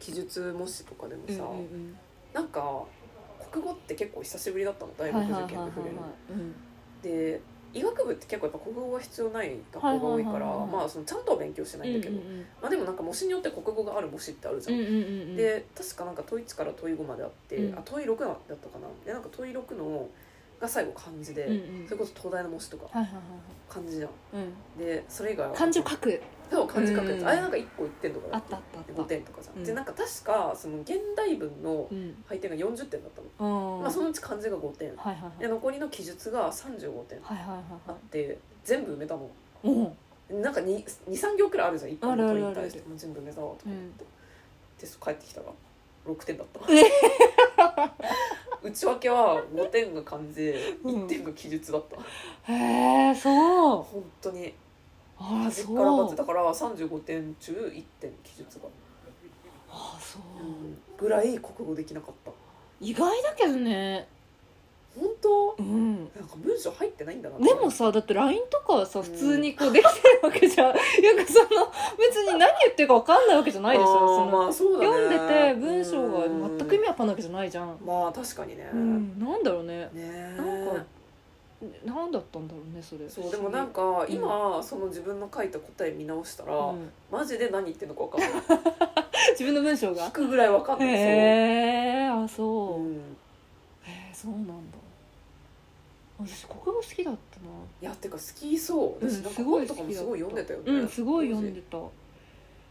記述模試とかでもさ、うんうんなんか国語って結構久しぶりだったのう大ん学はい受はいはい験で触れるはいうんで医学部って結構やっぱ国語が必要ない学校が多いからはいはいはいはいまあそのちゃんとは勉強してないんだけど、うんうんまあ、でもなんか模試によって国語がある模試ってあるじゃん。うんうんうんうんで確かなんか問1から問5まであって、うんあ問6だったかなでなんか問6のが最後漢字で、うんうんそれこそ東大の模試とかはいはいは漢字じゃんいはいうんでそれ以外は漢字を書くそう漢字書くやつ、うんあれなんか1個1点とかあだったあったあった5点とかじゃん、うんでなんか確かその現代文のうん配点が40点だったの、うんまあ、そはのうち漢字が5点いはいではい残りの記述が35は点いはいはいあっはいて全部埋めたのうんなんかに23行くらいあるじゃん一般の問いに対してあるあるあるもう全部埋めたわと思って、テスト帰ってきたら6点だった 内訳は5点が漢字1点が記述だった、へえそう本当にあら端っそからバツうだから35点中1点記述が、あそうぐらい国語できなかった意外だけどね本当うんなんか文章入ってないんだなでもさだって LINE とかはさうん普通にこうできてるわけじゃん、なんかその別に何言ってるか分かんないわけじゃないでしょあーその、まあそうだね読んでて文章が全く意味わかんないわけじゃないじゃんうんまあ確かにね、うんなんだろうねねえなんかなんだったんだろうねそれそうでもなんか今、その自分の書いた答え見直したら、うんマジで何言ってんのか分か んない自分の文章聞がくぐらい分かんへない、えあそう、、そううんへえそうなんだ私国語好きだったないやてか好きそううん私なんかすごい本好ときかだったもすごい読んでたよねうんすごい読んでた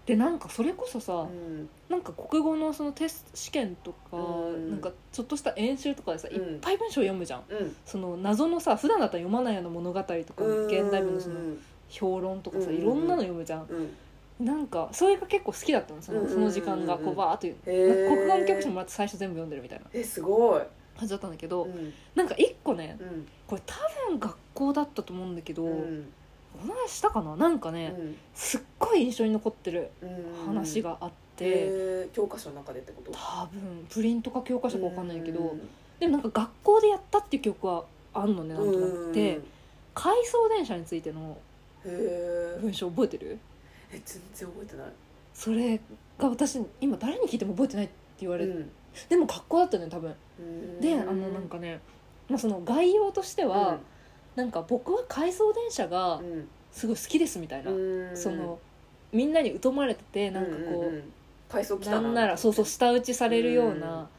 でなんかそれこそさ、当時うんなんか国語のそのテスト試験とか、うんなんかちょっとした演習とかでさ、うんいっぱい文章読むじゃんうんその謎のさ普段だったら読まないような物語とか現代文のそのうん評論とかさ、うんいろんなの読むじゃんうんなんかそれが結構好きだったのその,、うんその時間がこううんバーっと、へなんえか国語の教科書もらって最初全部読んでるみたいなえすごい、感じだったんだけど、うんなんか一個ねうんこれ多分学校だったと思うんだけど、うんお話したかななんかね、すっごい印象に残ってるうん話があっへて、え教科書の中でってこと多分プリントか教科書か分かんないけど、うんでもなんか学校でやったっていう記憶はあんのねなんとなくうてん回送電車についてのへー文章覚えてるえ全然覚えてないそれが私今誰に聞いても覚えてないって言われて、うんでも学校だったのよ多分うんであのなんかね、まあ、その概要としては、なんか僕は回送電車がうんすごい好きですみたいな、うんそのみんなに疎まれててなんかこう、うんうんうん体操来たなんならそうそうみ舌打ちされるよううな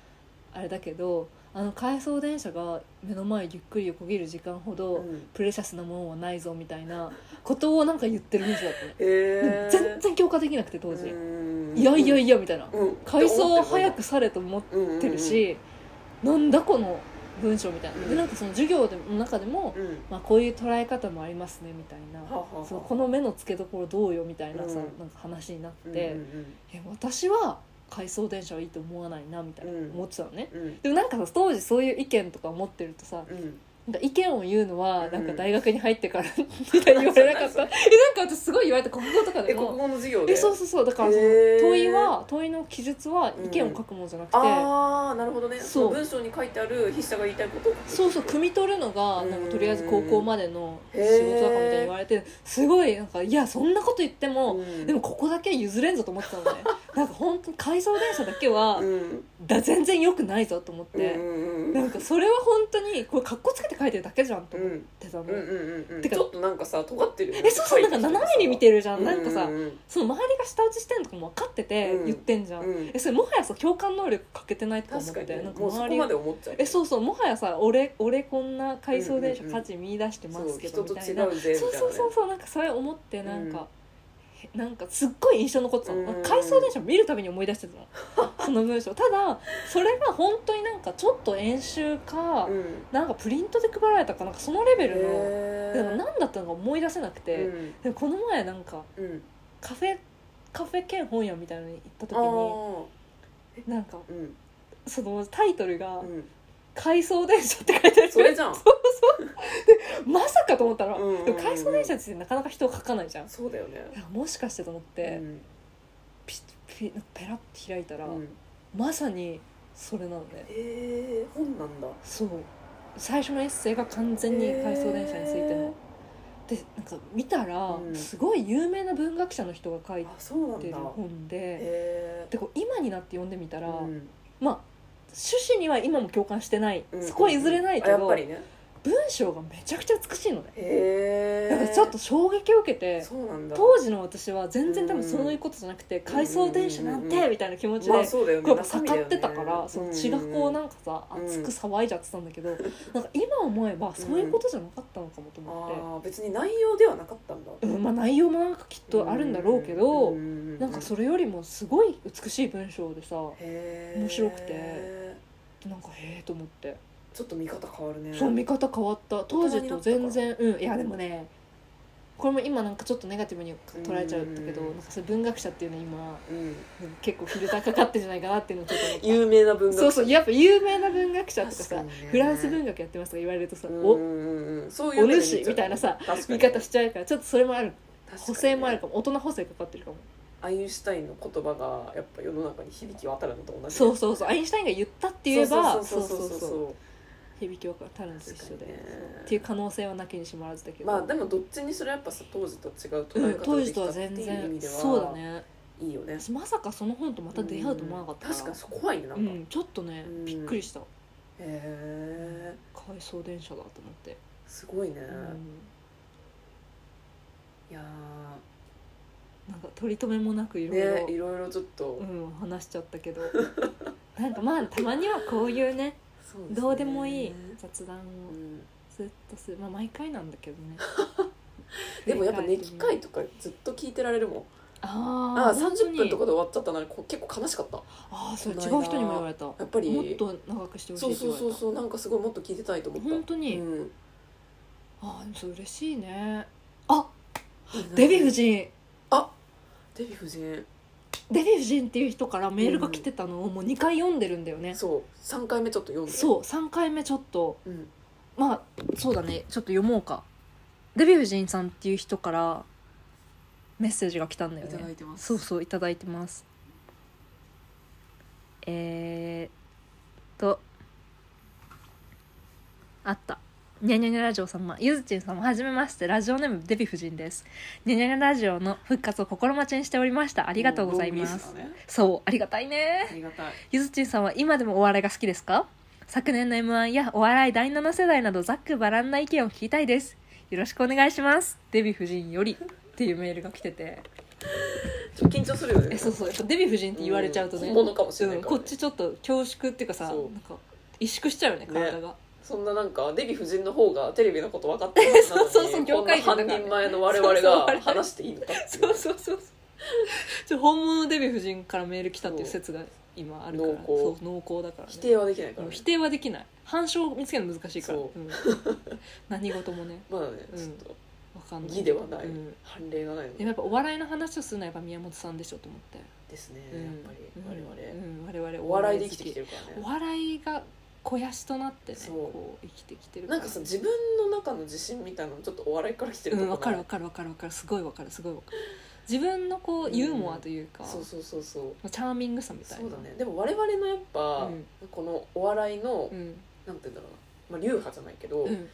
あれだけどあの回送電車が目の前ゆっくり横切る時間ほたいなどうんプレシャスなものはないぞみたいなことをなんか言ってる文章だったねへでえ全然強化できなくて当時「いやいやいや」みたいなうん「回送早くされ」と思ってるし「なんだこの文章」みたいなうんでなんかその授業での中でもうんうん「まあ、こういう捉え方もありますね」みたいはなは「はそのこの目の付けどころどうよ」みたいなさうんなんか話になっうんて。え私は回送電車はいいと思わないなみたいなうん思ってたのね、うんうんでもなんかさ当時そういう意見とか持ってるとさうんなんか意見を言うのはうんなんか大学に入ってから みたいに言われなか ったえなんか私すごい言われた国語とかえで国も語の授業えでそうそうそうだからそのへー問いは問いの記述は意見を書くものじゃなくて、ああなるほどねそうその文章に書いてある筆者が言いたいことそうそう汲み取るのがなんうんかとりあえず高校までの仕事だからみたいに言われてすごいなんかいやそんなこと言っても、うんでもここだけ譲れんぞと思ってたのねなんか本当に回送電車だけは、うんだ全然良くないぞと思っうんうて、んうなんんかそれは本当にこれ格好つけて書いてるだけじゃんとう思っんてたの、うんうんうんうんてかちょっとなんかさ尖ってるよねえそうそうなんか斜めに見てるじゃん、なんかさううんその周りが舌打ちしてんのとかも分かっててうん言ってんじゃん、うんえそれもはやさ共感能力欠けてないとか思っ確かてにねなんかもうそ周こりまがで思っちゃう えそうそうもはやさ俺俺こんな回送電車うんうんうん価値見出してまそうすけど人みとた違いな、うぜみたそいうなねそうそうそうなんかそれ思ってなんうんか、へなんかすっごい印象残ってたの、うんなんか回送電車見るたびに思い出してた のその文章ただそれが本当になんかちょっと演習か、うんなんかプリントで配られたかなんかそのレベルの、へーでも何だったのか思い出せなくて、うんでもこの前なんかうんカフェカフェ兼本屋みたいなのに行ったあ時ーになんかうんそのタイトルがうん「回送電車」って書いてあるそれじゃんまさかと思ったら、うんうんうんでも回送電車ってなかなか人を書かないじゃんいそうだよねやもしかしてと思って、うんピッピペラッて開いたら、うんまさにそれなのでえー本なんだそう最初のエッセイが完全に回送電車についてのでなんか見たら、うんすごい有名な文学者の人が書いあそうなんてだる本でへえでこう今になって読んでみたら、うんまあ趣旨には今も共感してない、うんそこは譲れないけあやど、っぱりね文章がめちゃくちゃ美しいのね、へえなんかちょっと衝撃を受けてそうなんだ当時の私は全然多う分んそういうことじゃなくて回送電車なんうんうんてみたいな気持ちで、まあそうだよねこうやっぱ盛ってたから、中そ身のだよね血がこうなんんかさうん熱く騒いじゃってたんだけど、なんか今思えばそういうことじゃなかったのかもと思って、ああ別に内容ではなかったんだうんまあ、内容もなんかきっとあるんだろうけど、ななんかそれよりもすごい美しい文章でさへー面白くてなんかへえと思って、ちょっと見方変わるねそう見方変わった当時と全然うんいやでもねこれも今なんかちょっとネガティブに捉えちゃうんだけど、うんなんかそれ文学者っていうの今うん結構フィルターかかってんじゃないかなっていうのをちょっと思った有名な文学そうそうやっぱ有名な文学者とか確さにねフランス文学やってますとか言われるとさ、うんおうんうんそういうお目で主見ちゃうみたいなさ確か見に方しちゃうからちょっとそれもある確かに補ね正もあるかも大人補正かかってるかもアインシュタインの言葉がやっぱ世の中に響き渡るのと同じだそうそうそうアインシュタインが言ったって言えばそそううそそうそううそうそうそ響き渡るのと一う確か緒にで、ねっていう可能性はなきにしもあらずだけど、まあでもどっちにしろやっぱさ当時と違うう捉えん、方当がで時きとたはって全いう意然味ではそうだねいいよね私まさかその本とまた出会うと思わなかったうん確かにそう怖いねなんか、うへん、ちょっとね、うんびっくりしたえ回送電車だと思って、すごいね、うんいやなんか取り留めもなくいーろいろ、ねいろいろちょっと、うん、話しちゃったけど なんかまあたまにはこういうねそすねどうでもいいう雑談をんずっとするまあ毎回なんだけどね でもやっぱ繰り寝返し機ね会とかずっと聞いてられるもんああああ30分とかで終わっちゃったならこう結構悲しかったやああそれ違う人にも言われたもっぱりっと長くしてほしそういってそ言うわれたそうそうなんかすごいもっと聞いてたいと思った本当に、うん、ああでもそれ嬉しいねあデヴィ夫人人デヴィ夫人デヴィ夫人っていう人からメールが来てたのをもう2回読んでるんだよね、そう3回目ちょっと読んでそう3回目ちょっとう、うん、まあそうだねちょっと読もうかデヴィ夫人さんっていう人からメッセージが来たんだよいねただいてますそうそういただいてますえー、とあったニャニャニャラジオ様ゆずちん様はじめましてラジオネームデヴィ夫人ですニャニャニャラジオの復活を心待ちにしておりましたあありがとうございます、そうありがたいねありがたいゆずちんさんは今でもお笑いが好きですか昨年の m 1やお笑い第7世代などざっくばらんな意見を聞きたいですよろしくお願いしますデヴィ夫人よりっていうメールが来ててちょっと緊張するよねえそうそうやっぱデヴィ夫人って言われちゃうとね、本物かもしれないうんかこら、ねっちちょっと恐縮っていうかさそうなんか萎縮しちゃうよね体が、そんななんかデヴィ夫人の方がテレビのこと分かってるはずなのに そうそうそう業界人こだんからなね半人前の我そうそう我々々が話していいのかっていそうそうそうそうちょっと本物のデヴィ夫人からメール来たっていう説が今あるから濃厚そう濃厚だからね否定はできないから、もうね否、定はできない反証を見つけるの難しいから、そうん何事もねまだねうんちょっとわかんない義ではない、うん判例がないのでもやっぱお笑いの話をするのはやっぱ宮本さんでしょと思って、ですね、うんやっぱり我うん、々、我々お笑いで生きてきてるるからおね笑いが肥やしとなってねそうこう生きてきてるなんかさ自分の中の自信みたいなのちょっとお笑いから来てるうとんこわかるなわいかるわかるわかるすごいわかるすごいわかる自分のこうユーモアというか、そうそうそうそうチャーミングさみたいそなうだねでも我々のやっぱ、このお笑いの、うんなんて言うんだろうな、まあ、流派じゃないけど、うん、うん、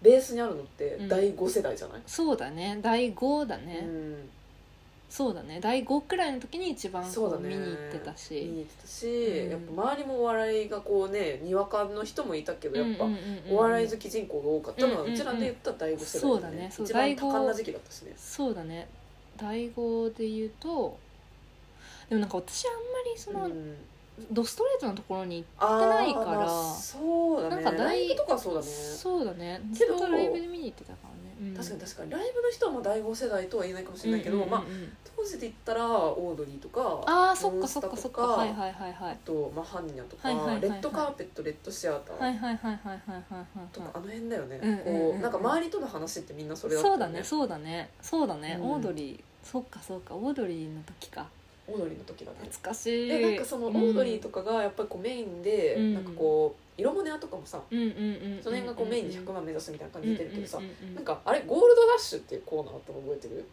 ベースにあるのってうん第5世代じゃない、そうだね第5だね、うんそうだね第5くらいの時に一番そうこだうね見に行ってた見し、に行ってたし、うんやっぱ周りもお笑いがこうねにわかの人もいたけどやっぱ、うんうんうんうんお笑い好き人口が多かったのうは、うんうんうんちらで言ったら第5世代そうだねそう一番第五多感な時期だったしねそうだね第5で言うとでもなんか私あんまりその、うんドストレートなところにあてーないからまあそうだねなんかラ第イブとかはそうだねそうだねずけっどとライブで見に行ってたからね、うん確かに確かにライブの人はまあ第5世代とは言えないかもしれないけうど、んうんうんまあ、当時で言ったらオードリーとかああそっモかンスそタっとかそっかはいはいはいはあいと、まあ、ハンニャとか、はいはいはいはいレッドカーペットレッドシアタはーいはいはいはいはいはいはいとか、あの辺だよね、うんうんうんうんこうなんか周りとの話ってみんなそれだったそようだねそうだねそうだね、うんオードリーそっかそっかオードリーの時かオードリーの時だね懐かしいでなんかそのオードリーとかがやっぱりこうメインで、うんなんかこう色モネアとかもさうんうんうんうんその辺がこうメインに100万目指すみたいな感じで出てるけどさ、うんうんうんうんなんかあれゴールドラッシュっていうコーナーあったの覚えてる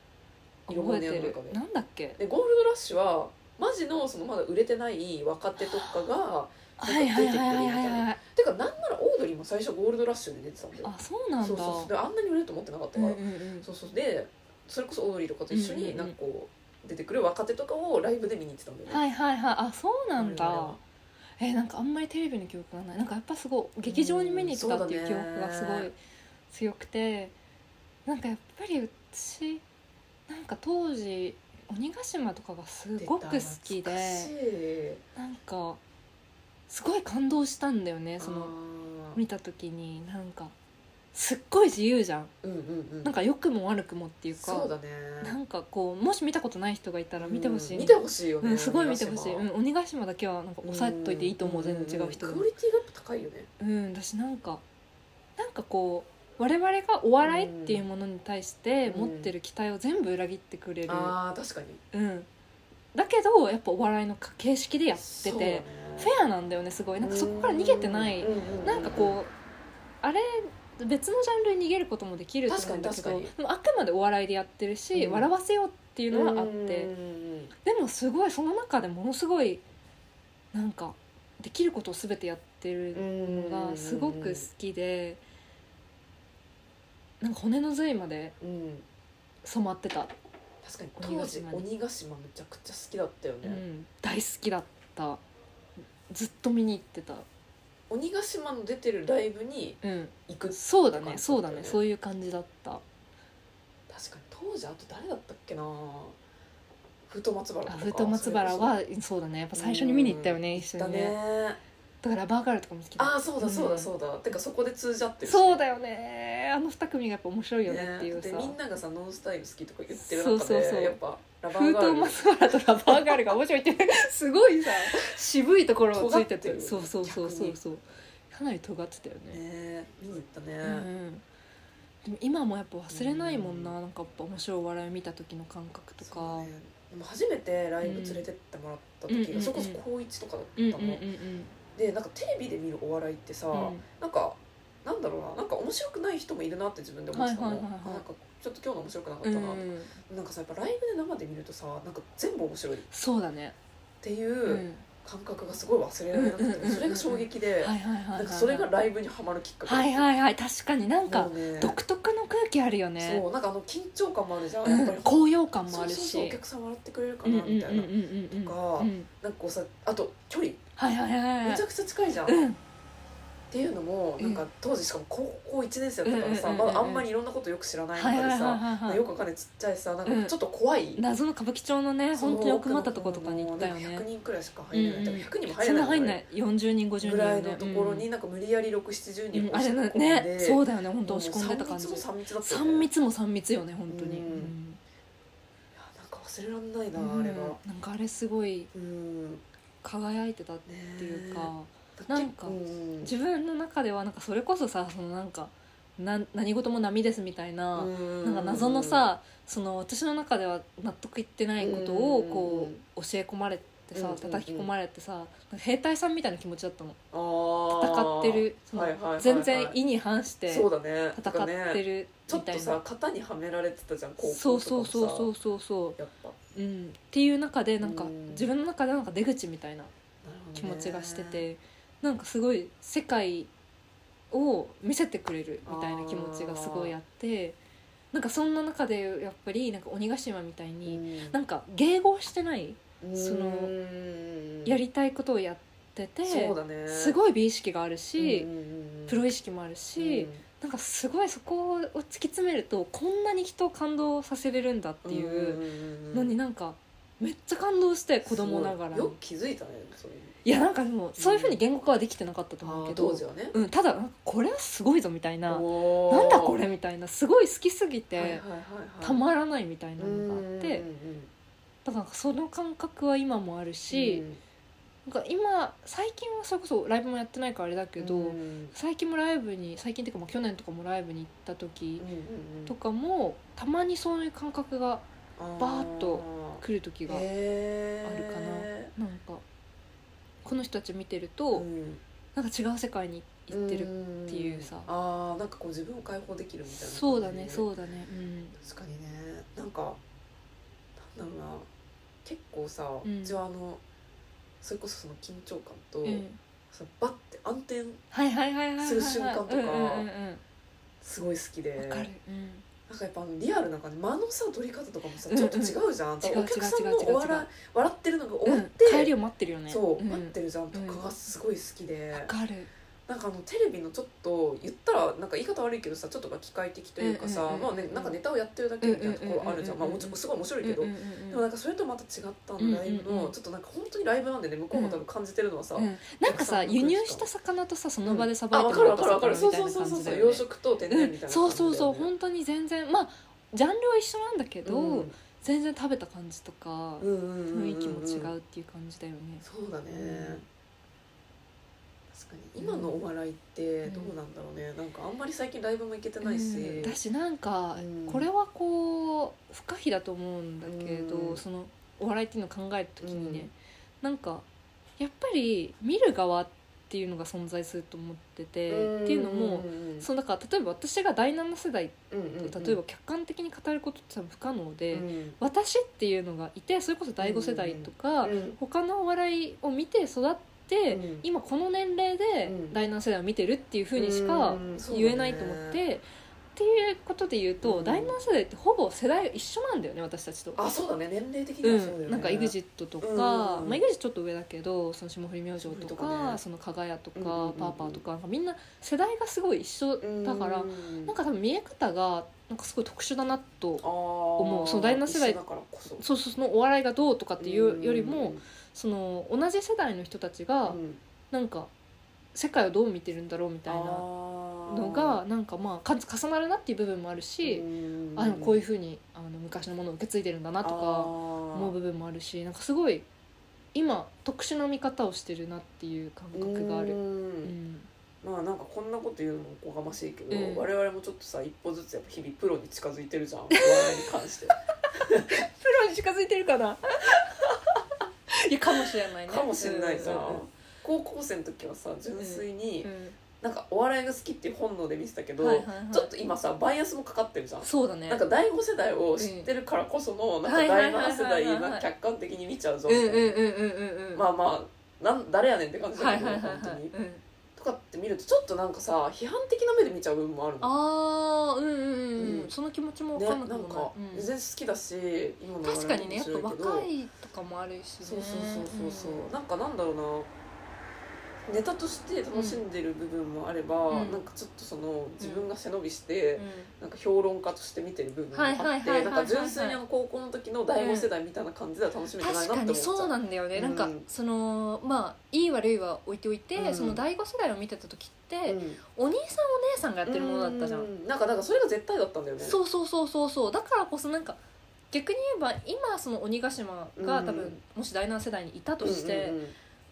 覚色物え屋のて中でるなんだっけでゴールドラッシュはマジのそのまだ売れてない若手とかがはいはいはいはいはいはいてかなんならオードよりも最初ゴールドラッシュで出てたんだよあそうなんだそうそうそうであんなに売れると思ってなかったから、うんうんうんそうそうでそれこそオードリーとかと一緒うんうんうにんなんかこう出てくる若手とかをライブで見に行ってたんだよね、はいはいはいあそうなん我々だはえーなんかあんまりテレビの記憶がないなんかやっぱすごい劇場に見に行ったっていう記そうだね憶がすごい強くてなんかやっぱり私なんか当時鬼ヶ島とかがすごく好き出たで懐かしいなんかすごい感動したんだよねそあの見た時になんかすっごい自由じゃんーうんうんうんなんか良くも悪くもっていうかそうだねなんかこうもし見たことない人がいたら見てほしい、うん見てほしいよね、うん、すごい見てほしい、鬼ヶうん、鬼ヶ島だけはなんか島抑えといていいと思う、全然違う人でんもクオリティがやっぱ高いよねうんだしなんかなんかこう我々がお笑いっていうものに対してうん持ってる期待を全部裏切ってくれる、あー確かにうん、だけどやっぱお笑いの形式でやってそてうねフェアなんだよねすごいなんかそこから逃げてない、うんうんうんなんかこうあれ別のジャンルに逃げることもできると思うんだけど確かに確でもあくまでお笑いでやってるし、うん笑わせようっていうのはあって。うんうんうんでもすごいその中でものすごいなんかできることを全てやってるのがすごく好きでなんか骨の髄までうん染まってた、確かに鬼ヶ当時島に鬼ヶ島めちゃくちゃ好きだったようね、ん、大好きだったずっと見に行ってた、鬼ヶ島の出てるライブにうん、行くそうだって感ねじそうだねったよそういう感じだった確かに当時あと誰だったっけなふと松原とあかふと松原はそうだねやっぱ最初に見に行ったよね、一そ緒れこにそねだねだからバーガールとかも好きだああそうだそううだんそうだ、てかそこで通じ合ってるしねそうだよねあの二組がやっぱ面白いよねっていうさ、でみんながさノンスタイル好きとか言ってる中でそうそうそうやっぱラバー封ガー筒ル松原とラバーガールが面白いっていうすごいさ渋いところをついてて尖ってるそうそうそうそ逆うにそうかなり尖ってたよねね見に行ったね、うんでも今もやっぱ忘れないもんな、なんかやっぱ面白いお笑い見た時の感覚とそかうねでも初めてライブ連れてってもらったうんうん時が、うんうんそれこそ高一とかだったうの、んうんうんうんでなんかテレビで見るお笑いってさ、うんなんかなんだろうななんか面白くない人もいるなって自分で思ってたの、はいはいはいはいあなんかちょっと今日の面白くなかっうたんな、うんなんかさやっぱライブで生で見るとさなんか全部面白いっそうだねていううん感覚がすごい忘れられなくて、うんうんうんうんそれが衝撃で、はいはいはいなはんいかそれがライブにはまるきっかけだっはたいはいはい確かになんかもうね独特の空気あるよねそうなんかあの緊張感もあるじゃん、うやっぱんり高揚感もそあうるそうそうおし客さん笑ってくれるかうんうんなうんうんみたいうな、んうんとかうんなんかこうさあと距離はいはいはいはいめちゃくちゃ近いじゃん、っうんていうのもなんか当時しかも高校1年生だったからさ、うんうんうんうんまだあんまりいろんなことよく知らない中はいはいはでいさ、はいはいよくわかんないちっちゃいさなんかちょっと怖い、謎の歌舞伎町のねそう本当に奥まったとことかに行ったよなんか100ね人くらいしか入れなうんい、うんでも100人も入それんないな入んぐならいい40人50人ぐらいのところねになんか無理やり670うん人あれ押しね込んで、そうだよね本当もう押し込んでた感じ三密も三密だったよね3密も3密よね本当にうんうんいやなんか忘れらんないな、うあんれがなんかあれすごいうんね輝いてたっていうかなんかうん自分の中ではなんかそれこそさそのなんかな何事も波ですみたいなななんか謎のさその私の中では納得いってないことをこう教え込まれてうんさうん叩き込まれてさなんか兵隊さんみたいな気持ちだったの戦戦ってるそのはいはいはいはい全然意に反してそう戦だねっねてるちょみったといなさ型にはめられてたじゃん高校とかそうもさそうそうそうそうそやっぱう、うん、っていう中でなんかうん自分の中でなんか出口みたいななるほどね気持ちがしててなんかすごい世界を見せてくれるみたいな気持ちがすごいあってなんかそんな中でやっぱりなんか鬼ヶ島みたいうにんなんか迎合してないそのうんやりたいことをやってて、そうだねすごい美意識があるし、プロ意意識もあるし、なんかすごいそこを突き詰めるとこんなに人を感動させれるんだっていううのになんかめっちゃ感動して子供ながらによく気づいたねそれにいやなんかでもそういうふうに言語化はできてなかったと思うけど、当時はねうん、ただなんかこれはすごいぞみたいなおーなんだこれみたいなすごい好きすぎはいはいてはいはいたまらないみたいなのがあってうんうんうんただなんかその感覚は今もあるし、うんなんか今最近はそれこそライブもやってないからあれだけど、うんうん最近もライブに最近っていうかもう去年とかもライブに行った時うんとかもたまにそういう感覚がうんバーッと来る時あーがなんへーあるかかこの人たち見てるうとんなんか違う世界に行ってるっていうさあーなんかこう自分を解放できるみたいな感じそうだねそうだね確かにねなんかなんだろうな結構さ、ううんちはあのそれこそその緊張感と、うんうんそのバッて暗転はいはいはいはいはいはいする瞬間とかうんうんうんうんすごい好きでわかる、うんなんかやっぱあのリアルな感じ間のさ取り方とかもさうんうんちょっと違うじゃん、多分違うお客さんの違う違う違うお笑い笑ってるのが終うわっんて、帰りを待ってるよねそう、ん待ってるじゃんとかがすごい好きで、わかるなんかあのテレビのちょっと言ったらなんか言い方悪いけどさちょっとまあ機械的というかさ、うんうんうんまあねなんかネタをやってるだけみたいなところあるじゃん、うんまうあんうんうんもちろんすごい面白いけど、うんうんうんでもなんかそれとまた違ったライブうの、んうんうんちょっとなんか本当にライブなんでね向こうも多分感じてるのはさ、うんなんかさお客さんの空気輸入した魚とさその場でさばあい分てかもるらっ分たかる分かる魚みそうたいそうなそう感そうじそだうよ養ね殖と天然みたいな感じうんそうそうそう本当に全然まあジャンルは一緒なんだけ当うんど全然食べた感じとかうんうんうんうん雰囲気も違うっていう感じだよねそうだね、うん確かに今のお笑いってどうなんだろうね、なんかあんまり最近ライブも行けてないし、うんだしなんかうんこれはこう不可避だと思うんだけうどんそのお笑いっていうのを考える時にうねんなんかやっぱり見る側っていうのが存在すると思っててっていうのもそのだから例えば私が第7世代うんうんうん、と例えば客観的に語ることって多分不可能で、うん私っていうのがいてそれこそ第5世代とか、うん他のお笑いを見て育って、うん今この年齢でうん第7世代を見てるっていうふうにしかうんそうだね言えないと思って、っていうことで言うと、うん第7世代ってほぼ世代一緒なんだよね私たちと。あそうだね年齢的にうはそうだよね、ん、なんか EXIT とか、うんまあ、EXIT ちょっと上だけどその霜降り明星ととかかねその加賀屋とか、うんうんうんパーパーとかなんかみんな世代がすごい一緒だから、うんなんか多分見え方がなんかすごい特殊だなと思うそう第七世代だからこそそうそうそのお笑いがどうとかっていうよりも、うんその同じ世代の人たちあがなんか世界をどう見てるんだろうみたいなのがなんかまあか重なるなっていう部分もあるし、あのこういううふうにあの昔のものを受け継いでるんだななとか思う部分もあるしなんかすごい今特殊な見方をしてるなっていう感覚がある。うんまあなんかこんなこと言うのもおこがましいけど、うん我々もちょっとさ一歩ずつやっぱ日々プロに近づいてるじゃんお笑いに 関してプロに近づいてるかな いやかもしれないねかもしれないさ、う高校生の時はさ純粋に、んうんうんなんかお笑いが好きっていう本能で見てたけど、はいはいはいちょっと今さバイアスもかかってるじゃんそうだねなんか第5世代を知ってるからこその、なんかはいはい第はいはい7世代はいなんか客観的に見ちゃうぞうみんたういんうんな、うんうんうんまあまあなん誰やねんって感じはだいけはど、いはいは本当いに、うんとかって見るとちょっとなんかさ批判的な目で見ちゃう部分もあるのああうんうんうん、う、うんんその気持ちもね、分かんななんくもないかうん全然好きだし、今の我々確かにねやっぱ面白いけど若いとかもあるし、ね、そうそうそうそうそうなんかなんだろうなネタとして楽しんでる部分もあれば、うんなんかちょっとその自分が背伸びして、うん、なんか評論家として見てる部分もあはいはいはいっはいはいてなんか純粋にあの高校の時の第5世代みたいな感じでは楽しめてな確いなってか思にっちゃうそうなんだよね、なんかうんそのまあいい悪いは置いておいて、うんその第5世代を見てた時って、うんお兄さんお姉さんがやってるものだったじゃん、うなんかなんかそれが絶対だったんだよねそうそうそうそうそうだからこそなんか逆に言えば今その鬼ヶ島が多分、うんもし第7世代にいたとして、うん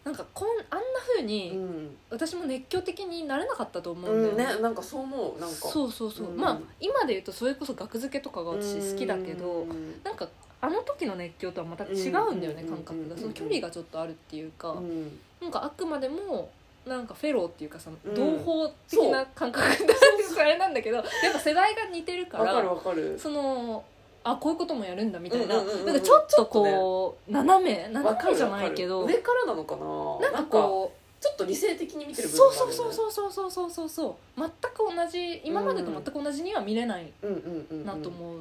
なんかこんあんな風に、うんうん私も熱狂的になれなかったと思ううんだよんうんね,、ねなんかそう思うなんかそうそうそう、うんまあ今で言うとそれこそ額付けとかが私好きだけど、うんなんかあの時の熱狂とはまた違うんだよね、うん感覚うんうがんその距離がちょっとあるっていうか、うんなんかあくまでもなんかフェローっていうかそのうん同胞的な感覚だってそれなんだけどやっぱ世代が似てるかわからるわかるそのあこういうこともやるんだみたいな、うんうんうんうんなんかちょっとこう斜めわ斜かめるじゃないけわどかる上からなのかななんかこうちょっと理性的に見てる部分そうもあるよそうねそうそうそうそうそうそうそう全く同じ今までと全く同じには見れないうんうんうんうんなと思う、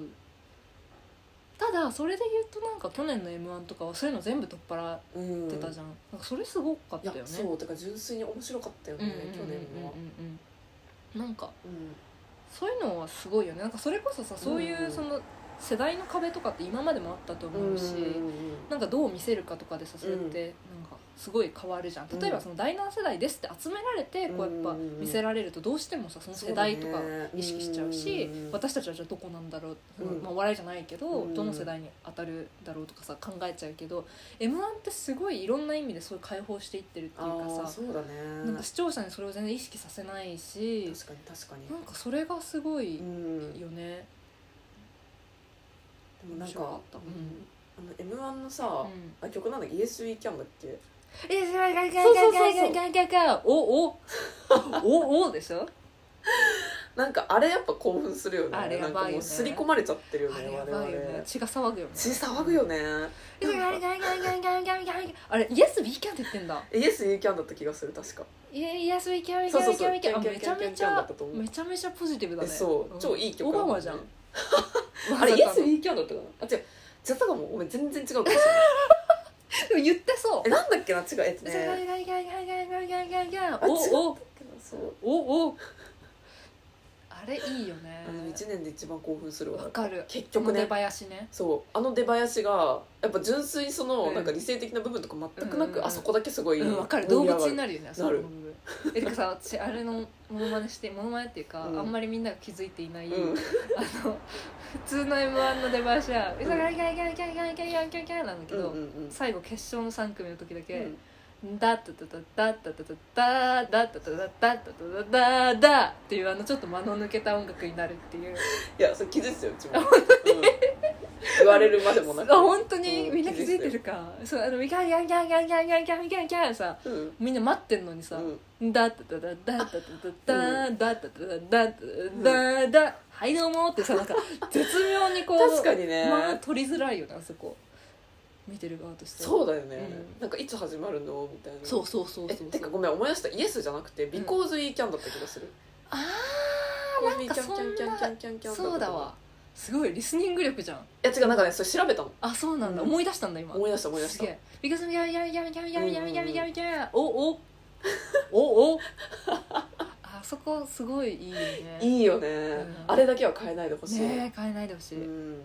ただそれで言うとなんか去年の m 1とかはそういうの全部取っ払っうんてたじゃん、なんかそれすごかったよいねやそうだから純粋に面白かったようんねうんうんうんうん去年はうんなんかうんそういうのはすごいよねなんかそれこそさそういううんその世代の壁とかって今までもあったと思うし、うんうんうんなんかどう見せるかとかでさそれってなんかすごい変わるじゃん例えばその第7世代ですって集められてこうやっぱ見せられるとどうしてもさその世代とか意識しちゃうし私たちはじゃあどこなんだろう、うんまあ、お笑いじゃないけどうんどの世代に当たるだろうとかさ考えちゃうけど m 1ってすごいいろんな意味でそういう解放していってるってあいうかーさそうだねなんか視聴者にそれを全然意識させないし確かに確かなんかそれがすごいにうんでよね。もなん面白かかったあの m 1のさうんあ曲なんだっけ「イエス・ウィ・キャン」だっけえガイガイガイそうガそイうそうそうガイガイガイガイガイおおおおでしょなんかあれやっぱ興奮するよねあれやばいよねなんかもうすり込まれちゃってるよあねれや我ば々いよね血が騒ぐよね血騒ぐよねガリガリガリガリガリガリガリガリあれイエス・ビーキャンって言ってんだイエス・ユーキャンだった気がする確かイエイエス・ビーキャンビーキそうャンそうビーキそャうンビーキャンあめちゃめちだゃったと思うめちゃめちゃポジティブだえねそう超いい曲オだバもねマじゃんあれイエス・ユでーキャンだったかなあ違う違ったかもごめん全然違うかもしれない も言ってそうえなんだっけな違うえっとガねリガリガリガリガリガリガリガリガリあ違うおおそうおおあれいいよねあの1年で一番興奮するわわかる結この局出ね囃子ねそうあの出囃子がやっぱ純粋にその、うんなんか理性的な部分とか全くなうんく、うんうんあそこだけすごいうんわかる動物にるなるよねあなるそこの部分えてかさ私あれのモノマネしてモノマネっていうか、うんあんまりみんなが気づいていない、うあんの普通の m 1の出囃子は「ううんそがいがいがいがいがいがいがいがいがい」なんだけうんど、うんうん最後決勝の3組の時だうけん「ダッタタタダッタタタダーダッタタタダッタタタダーダ」っていうあのちょっと間の抜けた音楽になるっていういやそれ気づいてたようちも、うん言われるまでもなくあ本当にうんみんな気づいてるかそうあの「ギャンギャンギャンギャンギャンギャンギャンギャンギャン」さうんみんな待ってんのにさうんだだだだだだだだだだだだだだはいどうもってさなんか絶妙にこう確かにね、まあ取りづらいよねあそこ見てる側としてそうだよね、うんなんかいつ始まるのみたいなそうそうそうえそうてかごめん思い出したイエスじゃなくて「ビコーズ・イー・キャン」だった気がする、あコーーなヒんーかキャンそんキャンキャなンキャンキャンキャンそうだわすごいリスニング力じゃんいや違うなんかねそれ調べたのあそうなんだうん思い出したんだ今思い出した思い出しすたげえビカスミヤミヤミヤミヤミヤミヤミヤミヤミヤおおおおあそこすごいいいよねいいよね、んあれだけは変えないでほしい、ねえ変えないでほしういん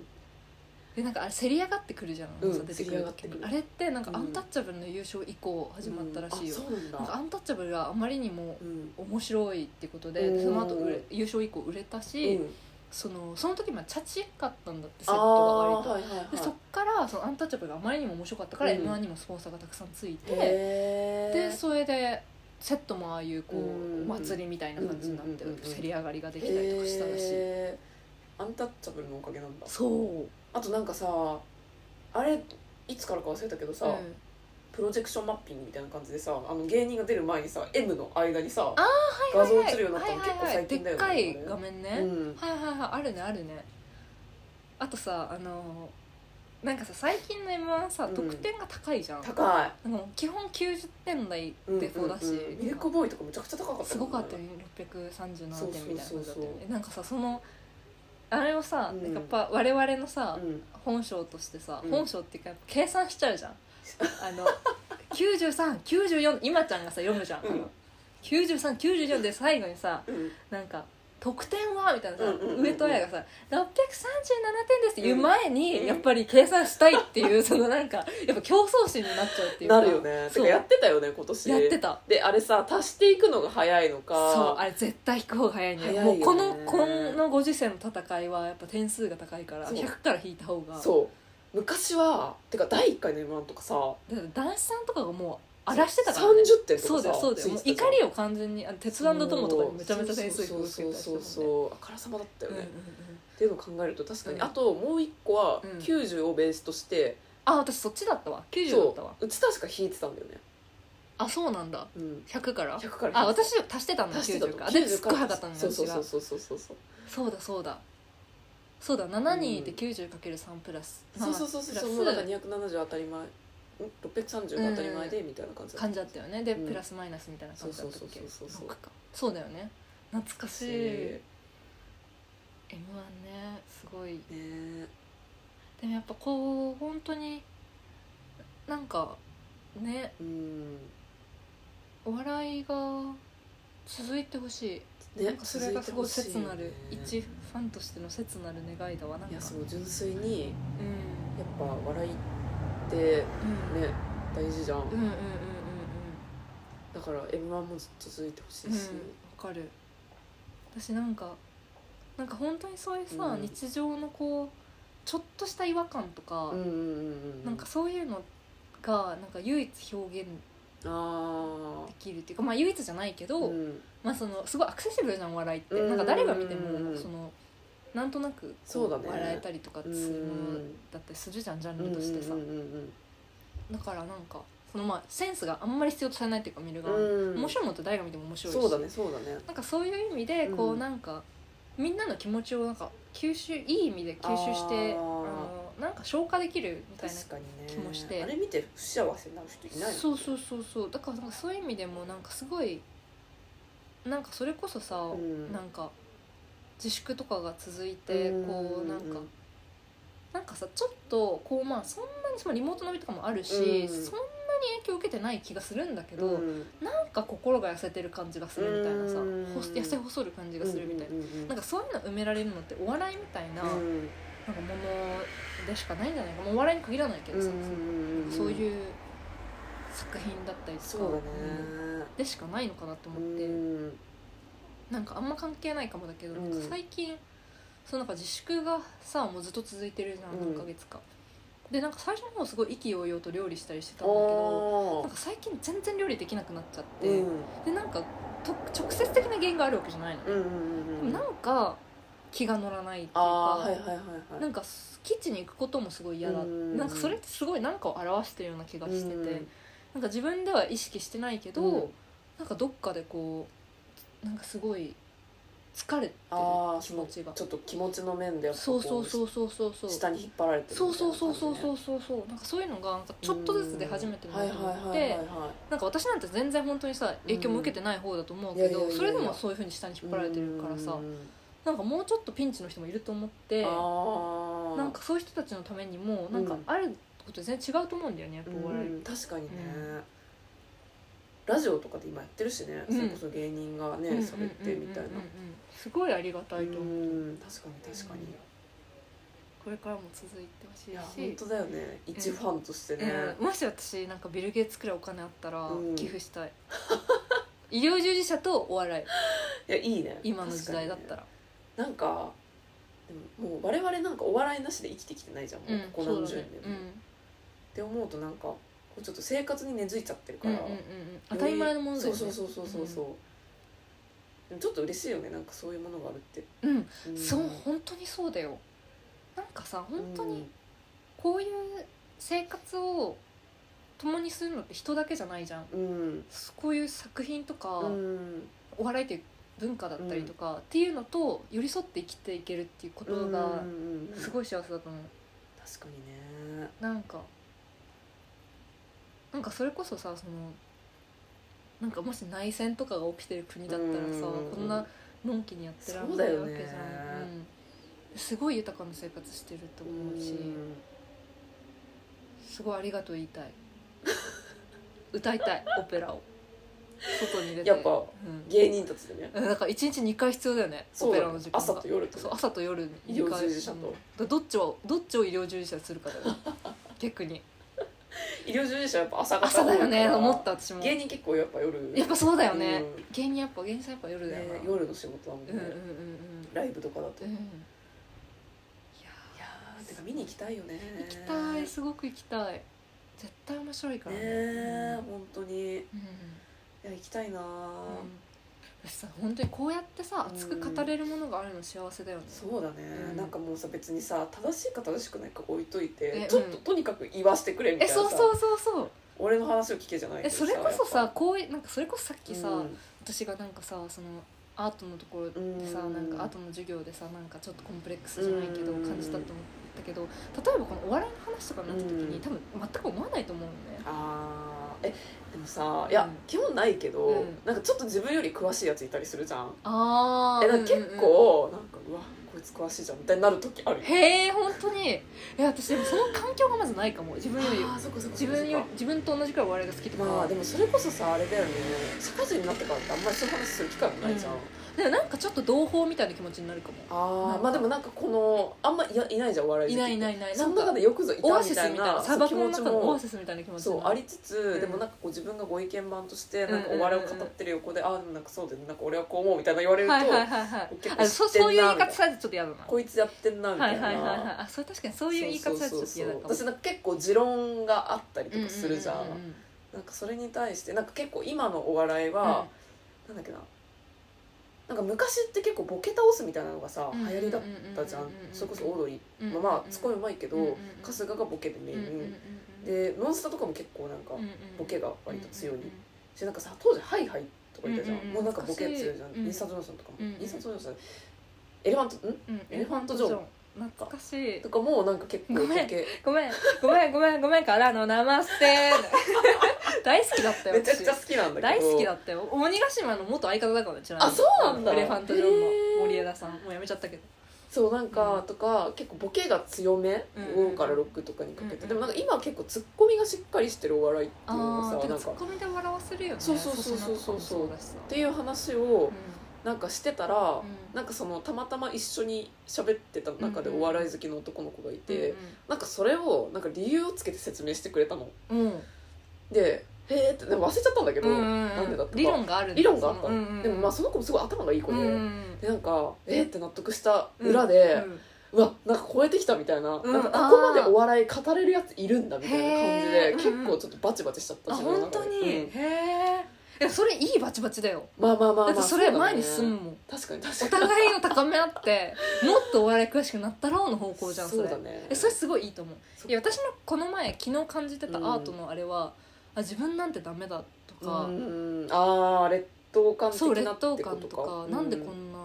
でなんかあれ競り上がってくるじゃん、うん朝出てくる時競り上がってにくるあれってなんかうんアンタッチャブルの優勝以降始まったらしいよ、うんあそうなんだなんかアンタッチャブルはあまりにもうん面白いってことで、うんその後売れ優勝以降売れたし、うんそのその時まあチャチかったんだってセあッあトが割と、はいはいはいでそっからそのアンタッチャブルがあまりにも面白かったから、うん m 1にもスポンサーがたくさんついて、へでそれでセットもああいうこう、うんお祭りみたいな感じになって、うんうんうんうん競り上がりができたりとかしたらしい、へーアンタッチャブルのおかげなんだそうあとなんかさあれいつからか忘れたけどさ、うんプロジェクションマッピングみたいな感じでさあの芸人が出る前にさ M の間にさあ画像映るようになったのはい結はい構はい最近だよねでっかい画面ね、うんはいはいはいあるねあるねあとさあのーなんかさ最近の m 1さうん得点が高いじゃん、高いなんかもう基本90点台ってそうだし、んんんミルクボーイとかめちゃくちゃ高かったもんねすごかったよね637点みたいな感じだったよそうそうそうそうねなんかさそのあれをさ、うんなんかやっぱ我々のさ、うん本性としてさ、うん本性っていうか計算しちゃう じゃんあの9394今ちゃんがさ読むじゃん、あうのん9394で最後にさうんなんか「得点は?」みたいなさ、うんうんうんうん上戸彩がさ「637点です」って言う前に、うんやっぱり計算したいっていうそのなんかやっぱ競争心になっちゃうっていうかなるよねてそかうやってたよね今年やってたであれさ足していくのが早いのかそうあれ絶対引く方が早いんだよ早いもようねこのこのご時世の戦いはやっぱ点数が高いからそう100から引いた方がそう昔はてか第1回の m 1とかさだから男子さんとかがもう荒らしてたからね30点とかさそうだよそうだよもうついてたじ怒ゃんりを完全にあの鉄腕の友とかにめちゃめちゃ点数引そうくそうそうそううそうあからさまだったよんね、うんうっんていうのを考えると確かに、うんあともう一個はうん90をベースとして、あ私そっちだったわ90だったわそううち確か引いてたんだよね、あそうなんだうん、 100から100からあ引いて私足してたんだ足してた90とかですっごい早か90ったのよそう私そうがそうそうそうそうそそううだそうだそうだ7人いて 90×3 プラスそうそうそうそうもうだから270当たり前ん630が当たり前でみたいな感じだ感じだったよねでうんプラスマイナスみたいな感じだったっけそうそうそうそうそう六かそうだよね懐かしい m ね1ねすごいえでもやっぱこう本当になんかねうんお笑いが続いてほしいなんねかそれがすごい続切てほしなるよね一ファンとしての切なる願いだわなんいかやそう純粋にうんやっぱ笑いってうんね大事じゃん、うんうんうんうんうんだから m 1もずっと続いてほしうんいわし、かる私なんかなんか本当にそういうさ、うん日常のこうちょっとした違和感とか、うんうんうんうなんかそういうのがなんか唯一表現あできるっていうかまあ唯一じゃないけあど、うんまあそのすごいアクセシブルじゃん笑いって、うんなんか誰が見てうもんそのなんとなくこそうだね笑えたりとかするものだったりするじゃんジャンルとしてさ、うんうんうんだからなんかそのまあセンスがあんまり必要とされないっていうか見るう側の、んうん面白いものって誰が見ても面白いしそうだねそうだねなんかそういう意味でこううんなんかみんなの気持ちをなんか吸収いい意味で吸収してあーあのなんか消化できるみたいな確かにね気もしてあれ見て不幸せになる人いないもんそうそうそうそうだからなんかそういう意味でもなんかすごいなんかそれこそさ、うんなんか自粛とかが続いてこうなんかなんかさちょっとこうまあそんなにそのリモート伸びとかもあるし、うんそんなに影響を受けてない気がするんだけど、うんなんか心が痩せてる感じがするみたいなさ、うんほ痩せ細る感じがするみたいな、うんうんうんなんかそういうの埋められるのってお笑いみたいな,、うなんかもんのでしかないんじゃないか、まあ、お笑いに限らないけどさ、うんそうういんう作品だったりとかそうだねうんでしかないのかなと思って、うんなんかあんま関係ないかもだけど、うんなんか最近そのなんか自粛がさもうずっと続いてるじゃんうん何ヶ月か、でなんか最初の方すごい意気揚々と料理したりしてたんだけどおなんーか最近全然料理できなくなっちゃって、うんでなんかと直接的な原因があるわけじゃないの、うんうんでうもんうんなんか気が乗らないっていうか、あーはいはいはいはいなんかキッチンに行くこともすごい嫌だ、うんなんかそれってすごい何かを表してるような気がしてて、うんなんか自分では意識してないけど、うんなんかどっかでこうなんかすごい疲れてるあー気持ちがちょっと気持ちの面でやっぱそこうそうそうそうそうそう下に引っ張られてるそうそうそうそうそううそうそうなんかそういうのがなんかちょっとずつ出始めてるなはいとはい思はっいはいてはなんか私なんて全然本当にさ影響も受けてない方だと思うけうんいやいやいやどいやそれでもそういうふうに下にい引っ張られてるからさうんなんかもうちょっとピンチの人もいると思ってあーなんかそういう人たちのためにもなんかうんあること全然違うと思うんだよねやっぱお笑いうん確かにね、うんラジオとかで今やってるしね、うんそれこそ芸人がねうんうんうんうんうん喋ってみたいな、すごいありがたいとう思うん確かに確かに、うんこれからも続いてほしいやい本し当だよね一ファンとしてね、うんもし私なんかビル・ゲイツくらいお金あったらうん寄付したい 医療従事者とお笑いいやいいね今の時代だったららなんかでももう我々なんかお笑いなしで生きてきてないじゃんもうここそう何だ十年ねも、うんって思うとなんかこうちょっと生活に根付いちゃってるかうんら、うんうんうん当たり前のものだよねそうそうそうそうそう、うでもちょっと嬉しいよねなんかそういうものがあるって、うんんそう本当にそうだよなんかさ本当にこういう生活を共にするのって人だけじゃないじゃんうんこういう作品とか、うんお笑いっていう文化だったりとか、っていうのと寄り添って生きていけるっていうことがうんうんうんすごい幸せだと思う、確かにねなんかなんかそれこそさそのなんかもし内戦とかが起きてる国だったらさ、うんこんなのんきにやってらんそうなだいよわねけじゃん、うん、すごい豊かな生活してると思うし、うんすごいありがとう言いた い歌いたいオペラを外に出てやっぱうん芸人たちでねうん、だから一日2回必要だよねそオうペだよラの時間が朝と夜とそう朝と夜に医療従事者うんとだからどっちをどっちを医療従事者にするかだよ ね逆に医療従事者はやっぱ朝方朝だよね多いから思った私も芸人結構やっぱ夜やっぱそうだよね、うん芸人やっぱ芸人さんやっぱ夜だよな、ね夜の仕事だもんね、うんうんうんライブとかだと、うんうんいいややーてか見に行きたいよねー行きたいすごく行きたい絶対面白いからねねえ、うん本当にいうんや行きたいなー、うん私さ本当にこうやってさ熱く語れるものがあるの幸せだよね、そうだね、うんなんかもうさ別にさ正しいか正しくないか置いといて、ねちょっとうんとにかく言わせてくれみたえいなさ、そうそうそうそう俺の話を聞けじゃないえそれこそやさっこういなんかそれこそさっぱきさ、うん私がなんかさそのアートのところでさうんなんかアートの授業でさなんかちょっとコンプレックスじゃないけどうん感じたと思ったけど例えばこのお笑いの話とかになった時うにん多分全く思わないと思うのねあーえでもさいや、うん基本ないけど、うんなんかちょっと自分より詳しいやついたりするじゃん、あーえなんか結構なんかうわこいつ詳しいじゃんみたいになる時あるよへえ本当にいや私でもその環境がまずないかも自分よりあーそっかそっか自そっかそっか分より自分と同じくらいお笑いが好きとか、まあででもそれこそさあれだよね社会人になってからってあんまりそういう話する機会もないじゃん、うんもなんかちょっと同胞みたいな気持ちになるかもあなんあかまあでもなんかこのあんまいやいないじゃんお笑いい好きっなていいないいないなそんの中かでよくぞいたみオアたいシスなみたいなそ砂う漠の中のオアシスみたいな気持ちそうになあるりつつ、うんでもなんかこう自分がご意見番としてなんかお笑いを語ってる横で、ああでもなんかそうだよねなんか俺はこう思うみたいな言われると、はいはいはいはい結構あそそういう言い方してんなみたいされてちょっと嫌だななこいつやってんなみはたいいな、はいはいはいあそれ確かにそういう言い方はちょっと嫌だかもそうそうそう私なんか結構持論があったりとかするじゃん,、ううううんなんかそれに対してなんか結構今のお笑いは、なんだっけななんか昔って結構ボケ倒すみたいなのがさ、うん流行りだったじゃん、うんうんうんうんそれこそオードリー、うんうんうんまあまあツッコミうまいけど、うんうんうん春日がボケでメイン、うんうんうんうんで「ノンスタ」とかも結構なんかうんうんボケが割と強い、うんうんしなんかさ当時「ハイハイ」とか言ったじゃん、うんうんうんもうなんかボケ強いじゃん、懐かしいインサートジョンソンとかも、うんうんインサートジョンソンエレファントんうん、エレファントジョーン懐かしいとかもなんか結構ごめん余計ごめんごめんごめんごめんからの生 捨て大好きだったよめちゃくちゃ好きなんだけど大好きだったよ鬼ヶ島の元相方だからちなみにあそうなんだエレファントジョーンのへー森枝さんもうやめちゃったけどそうなんか、うんとか結構ボケが強め、うん5から6とかにかけて、うんでもなんか今は結構ツッコミがしっかりしてるお笑いっていうのあがあさてなかんツかッっコミで笑わせるよねそうそうそうそうそう粗品とかもそうだしさていう話をうなんかしてたら、んうんなんかそのたまたま一緒に喋ってた中でうんうんお笑い好きの男の子がいて、うんなんかそれをなんか理由をつけて説明してくれたのうんで「へえ」ってでも忘れちゃったんだけど、うんうんうんなんでだったか理論があるんだ理論があったの、そうんうんでもまあその子もすごい頭がいい子で、うんうんでなんか「えっ?」って納得したうん裏で、うんうわなんか超えてきたみたいな,、うんなんかここまでお笑い語れるやついるんだみたいな感じへーで結構ちょっとバチバチしちゃったあの本中当でにうんへえいやそれいいバチバチだよまあまあまあだまあってそれ前にそう進だむねもん確かにお確かに互いを高め合 ってもっとお笑い詳しくなったろうの方向じゃんそれそうだねえそれすごいいいと思うそっかいや私のこの前昨日感じてたアートのあれは、あ自分なんてダメだとか、うんああ劣等感的そうな劣ってこと等か感とか、なんでこんな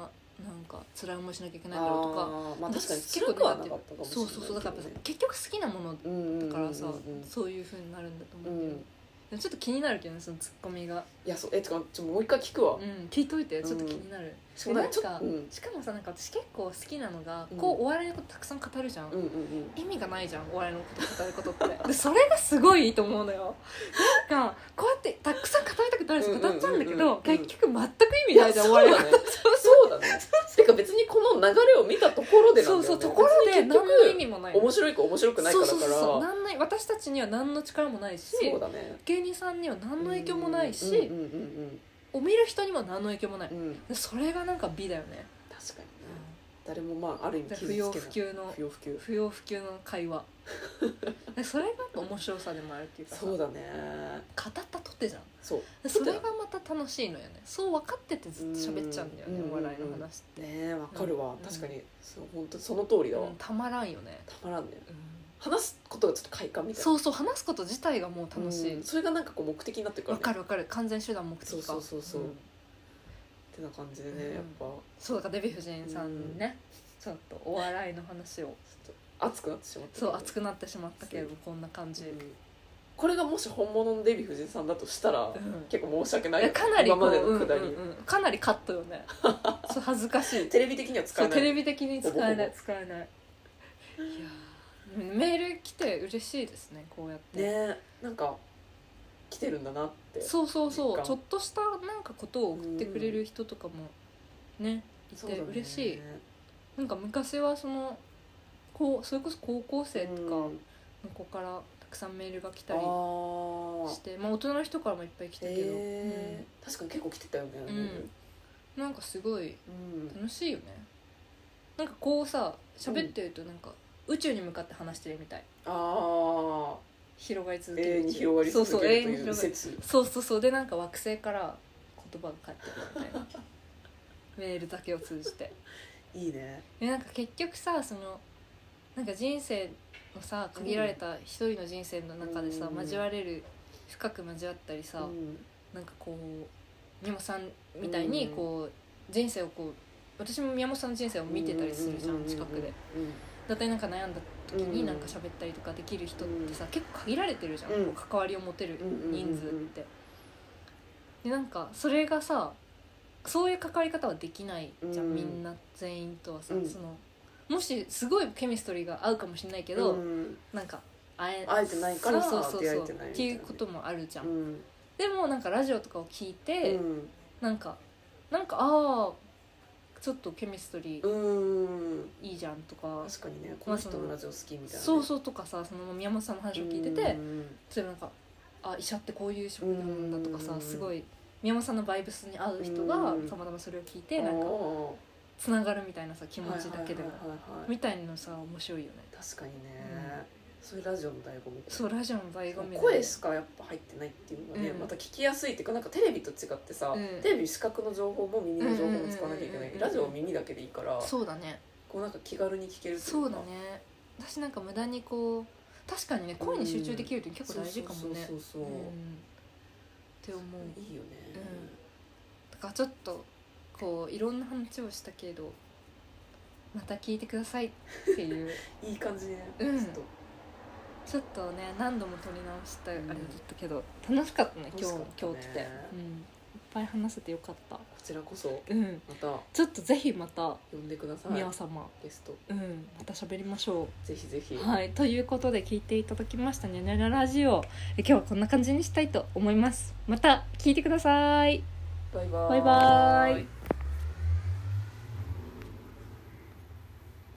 なんか辛い思いしなきゃいけないんだろうとかあーまあ確かに結辛構くはなかったかもしれそなういそうそうだからやっぱさ結局好きなものだだからさ、うんうんうんそういうふうになるんだと思うけうど、んでもちょっと気になるけどねそのツッコミが、いやそうえちょっとちょっともう一回聞くわうん、聞いといてちょっと気になる、しかもなんかちょなっんとかうんしかもさなんか私結構好きなのが、うんこうお笑いのことたくさん語るじゃん、うんうんうん意味がないじゃんお笑いのこと語ることってでそれがすごいいいと思うのよなんかこうやってたくさん語りたくなるしうんうんうん語うんっちゃうんだけど結局全く意味ないじゃんいおや笑いのそうだねそうだねてか別にこの流れを見たところでなんだそようねそうところで別に何の意味もない面白いか面白くないかだかそうらそうそうそう何の私たちには何の力もないしそうだね芸人さんには何の影響もないし、うんうんうんを見る人にも何の影響もないうんうんでそれがなんか美だよね、確かにね誰もまあある意味で傷つ不けな要い不急の不要不急不要不急の会話でそれがやっぱ面白さでもあるっていうかさそう語だねったとてじゃんそうそれがまた楽しいのよねそう分かっててずっと喋っちゃうんだよねうんお笑いの話って、ねえわかるわうん確かにそう本当その通りだわうんたまらんよね、たまらんね話すことがちょっと快感みたいなそうそう話すこと自体がもう楽しいうんそれがなんかこう目的になってく分るかからねる分かる完全手段目的かそうそうそうそうんってな感じでうねんやっぱちょそうだからデヴィ夫人さんにね、ちょっとお笑いの話をっと熱くなってしまったそう熱くくなってしまったけれどもこんな感じ、これがもし本物のデヴィ夫人さんだとしたらうん結構申し訳ないいよやねかなりこう今までのうんくだりうんうんかなりカットよ ねそう恥ずかしいテレビ的には使そえうないテレビ的に使えなほぼほいぼ使えないいやーメール来て嬉しいですねこうやって、ねなんか来てるんだなってそうそうそ実う感ちょっとしたなんかことを送ってくれる人とかもねいそうだてね嬉しい、なんか昔はそのこうそれこそ高校生とかうのん子からたくさんメールが来あたりーしてまあ大人の人からもいっぱい来たけど、へー確かに結構来てたよねうんうん、なんかすごいうん楽しいよねなんかこうさ喋ってるとなんか宇宙に向かって話してるみたいあ広がり続ーける永遠に広がりそう続そうけ永る遠とにいう広がる説そうそうそうでなんか惑星から言葉が返ってくるみたいな メールだけを通じていいねでなんか結局さそのなんか人生のさ限られた一人の人生の中でさ、うん交われる深く交わったりさ、うんなんかこう宮本さんみたいにうんこう人生をこう私も宮本さんの人生を見てたりするじゃうんうう近くでうだってなんか悩んだ時うにんなんか喋ったりとかできる人ってさ結構限られてるじゃん、うんこう関わりを持てるうん人数って、でなんかそれがさそういう関わり方はできないじゃん、うんみんな全員とはさ、うんそのもしすごいケミストリーが合うかもしれないけけど、うんなんか会え会えてないからそうそうそう出会えそてうないみたいなっていうこともあるじゃん、うんでもなんかラジオとかを聞いて、うんなんかなんかああちょっとケミストリーうんいいじゃんとか、確かにねこの人のラジオ好きみたいなねそうそうとかさその宮本さんの話を聞いてて、うん例えばなんかあ医者ってこういう職業なんだとかさうんすごい宮本さんのバイブスに合う人がうんたまたまそれを聞いてなんかあつながるみたいなさ気ー持ちだけでもはいはいはいはいみたいなのさ面白いよね確かにね、そういうラジオの醍醐味そうラジオの醍醐味だよね声しかやっぱ入ってないっていうのがね、うんまた聞きやすいっていうかなんかテレビと違ってさ、うんテレビ視覚の情報も耳の情報も使わなきゃいうんうんけないけど、うんうんラジオは耳だけでいいからそうだねこうなんか気軽に聞けるっていそうかだね私なんか無駄にこう確かにね声に集中できるって結構大事かもねそうそうそううそんっう、て思ういいよね、だからちょっとこういろんな話をしたけどまた聞いてくださいって いういい感じね、うんちょっとちょっとね何度も撮り直したあれうんだったけど、楽しかったね今日楽しか今ったね日来て、うん、いっぱい話せてよかったこちらこそうんまたちょっとぜひまた呼んでください宮様、ゲストうんまた喋りましょぜひぜひうはいということで聞いていただきましたニャニャララジオえ今日はこんな感じにしたいと思いますまた聞いてくださいバイバーイバイバーイ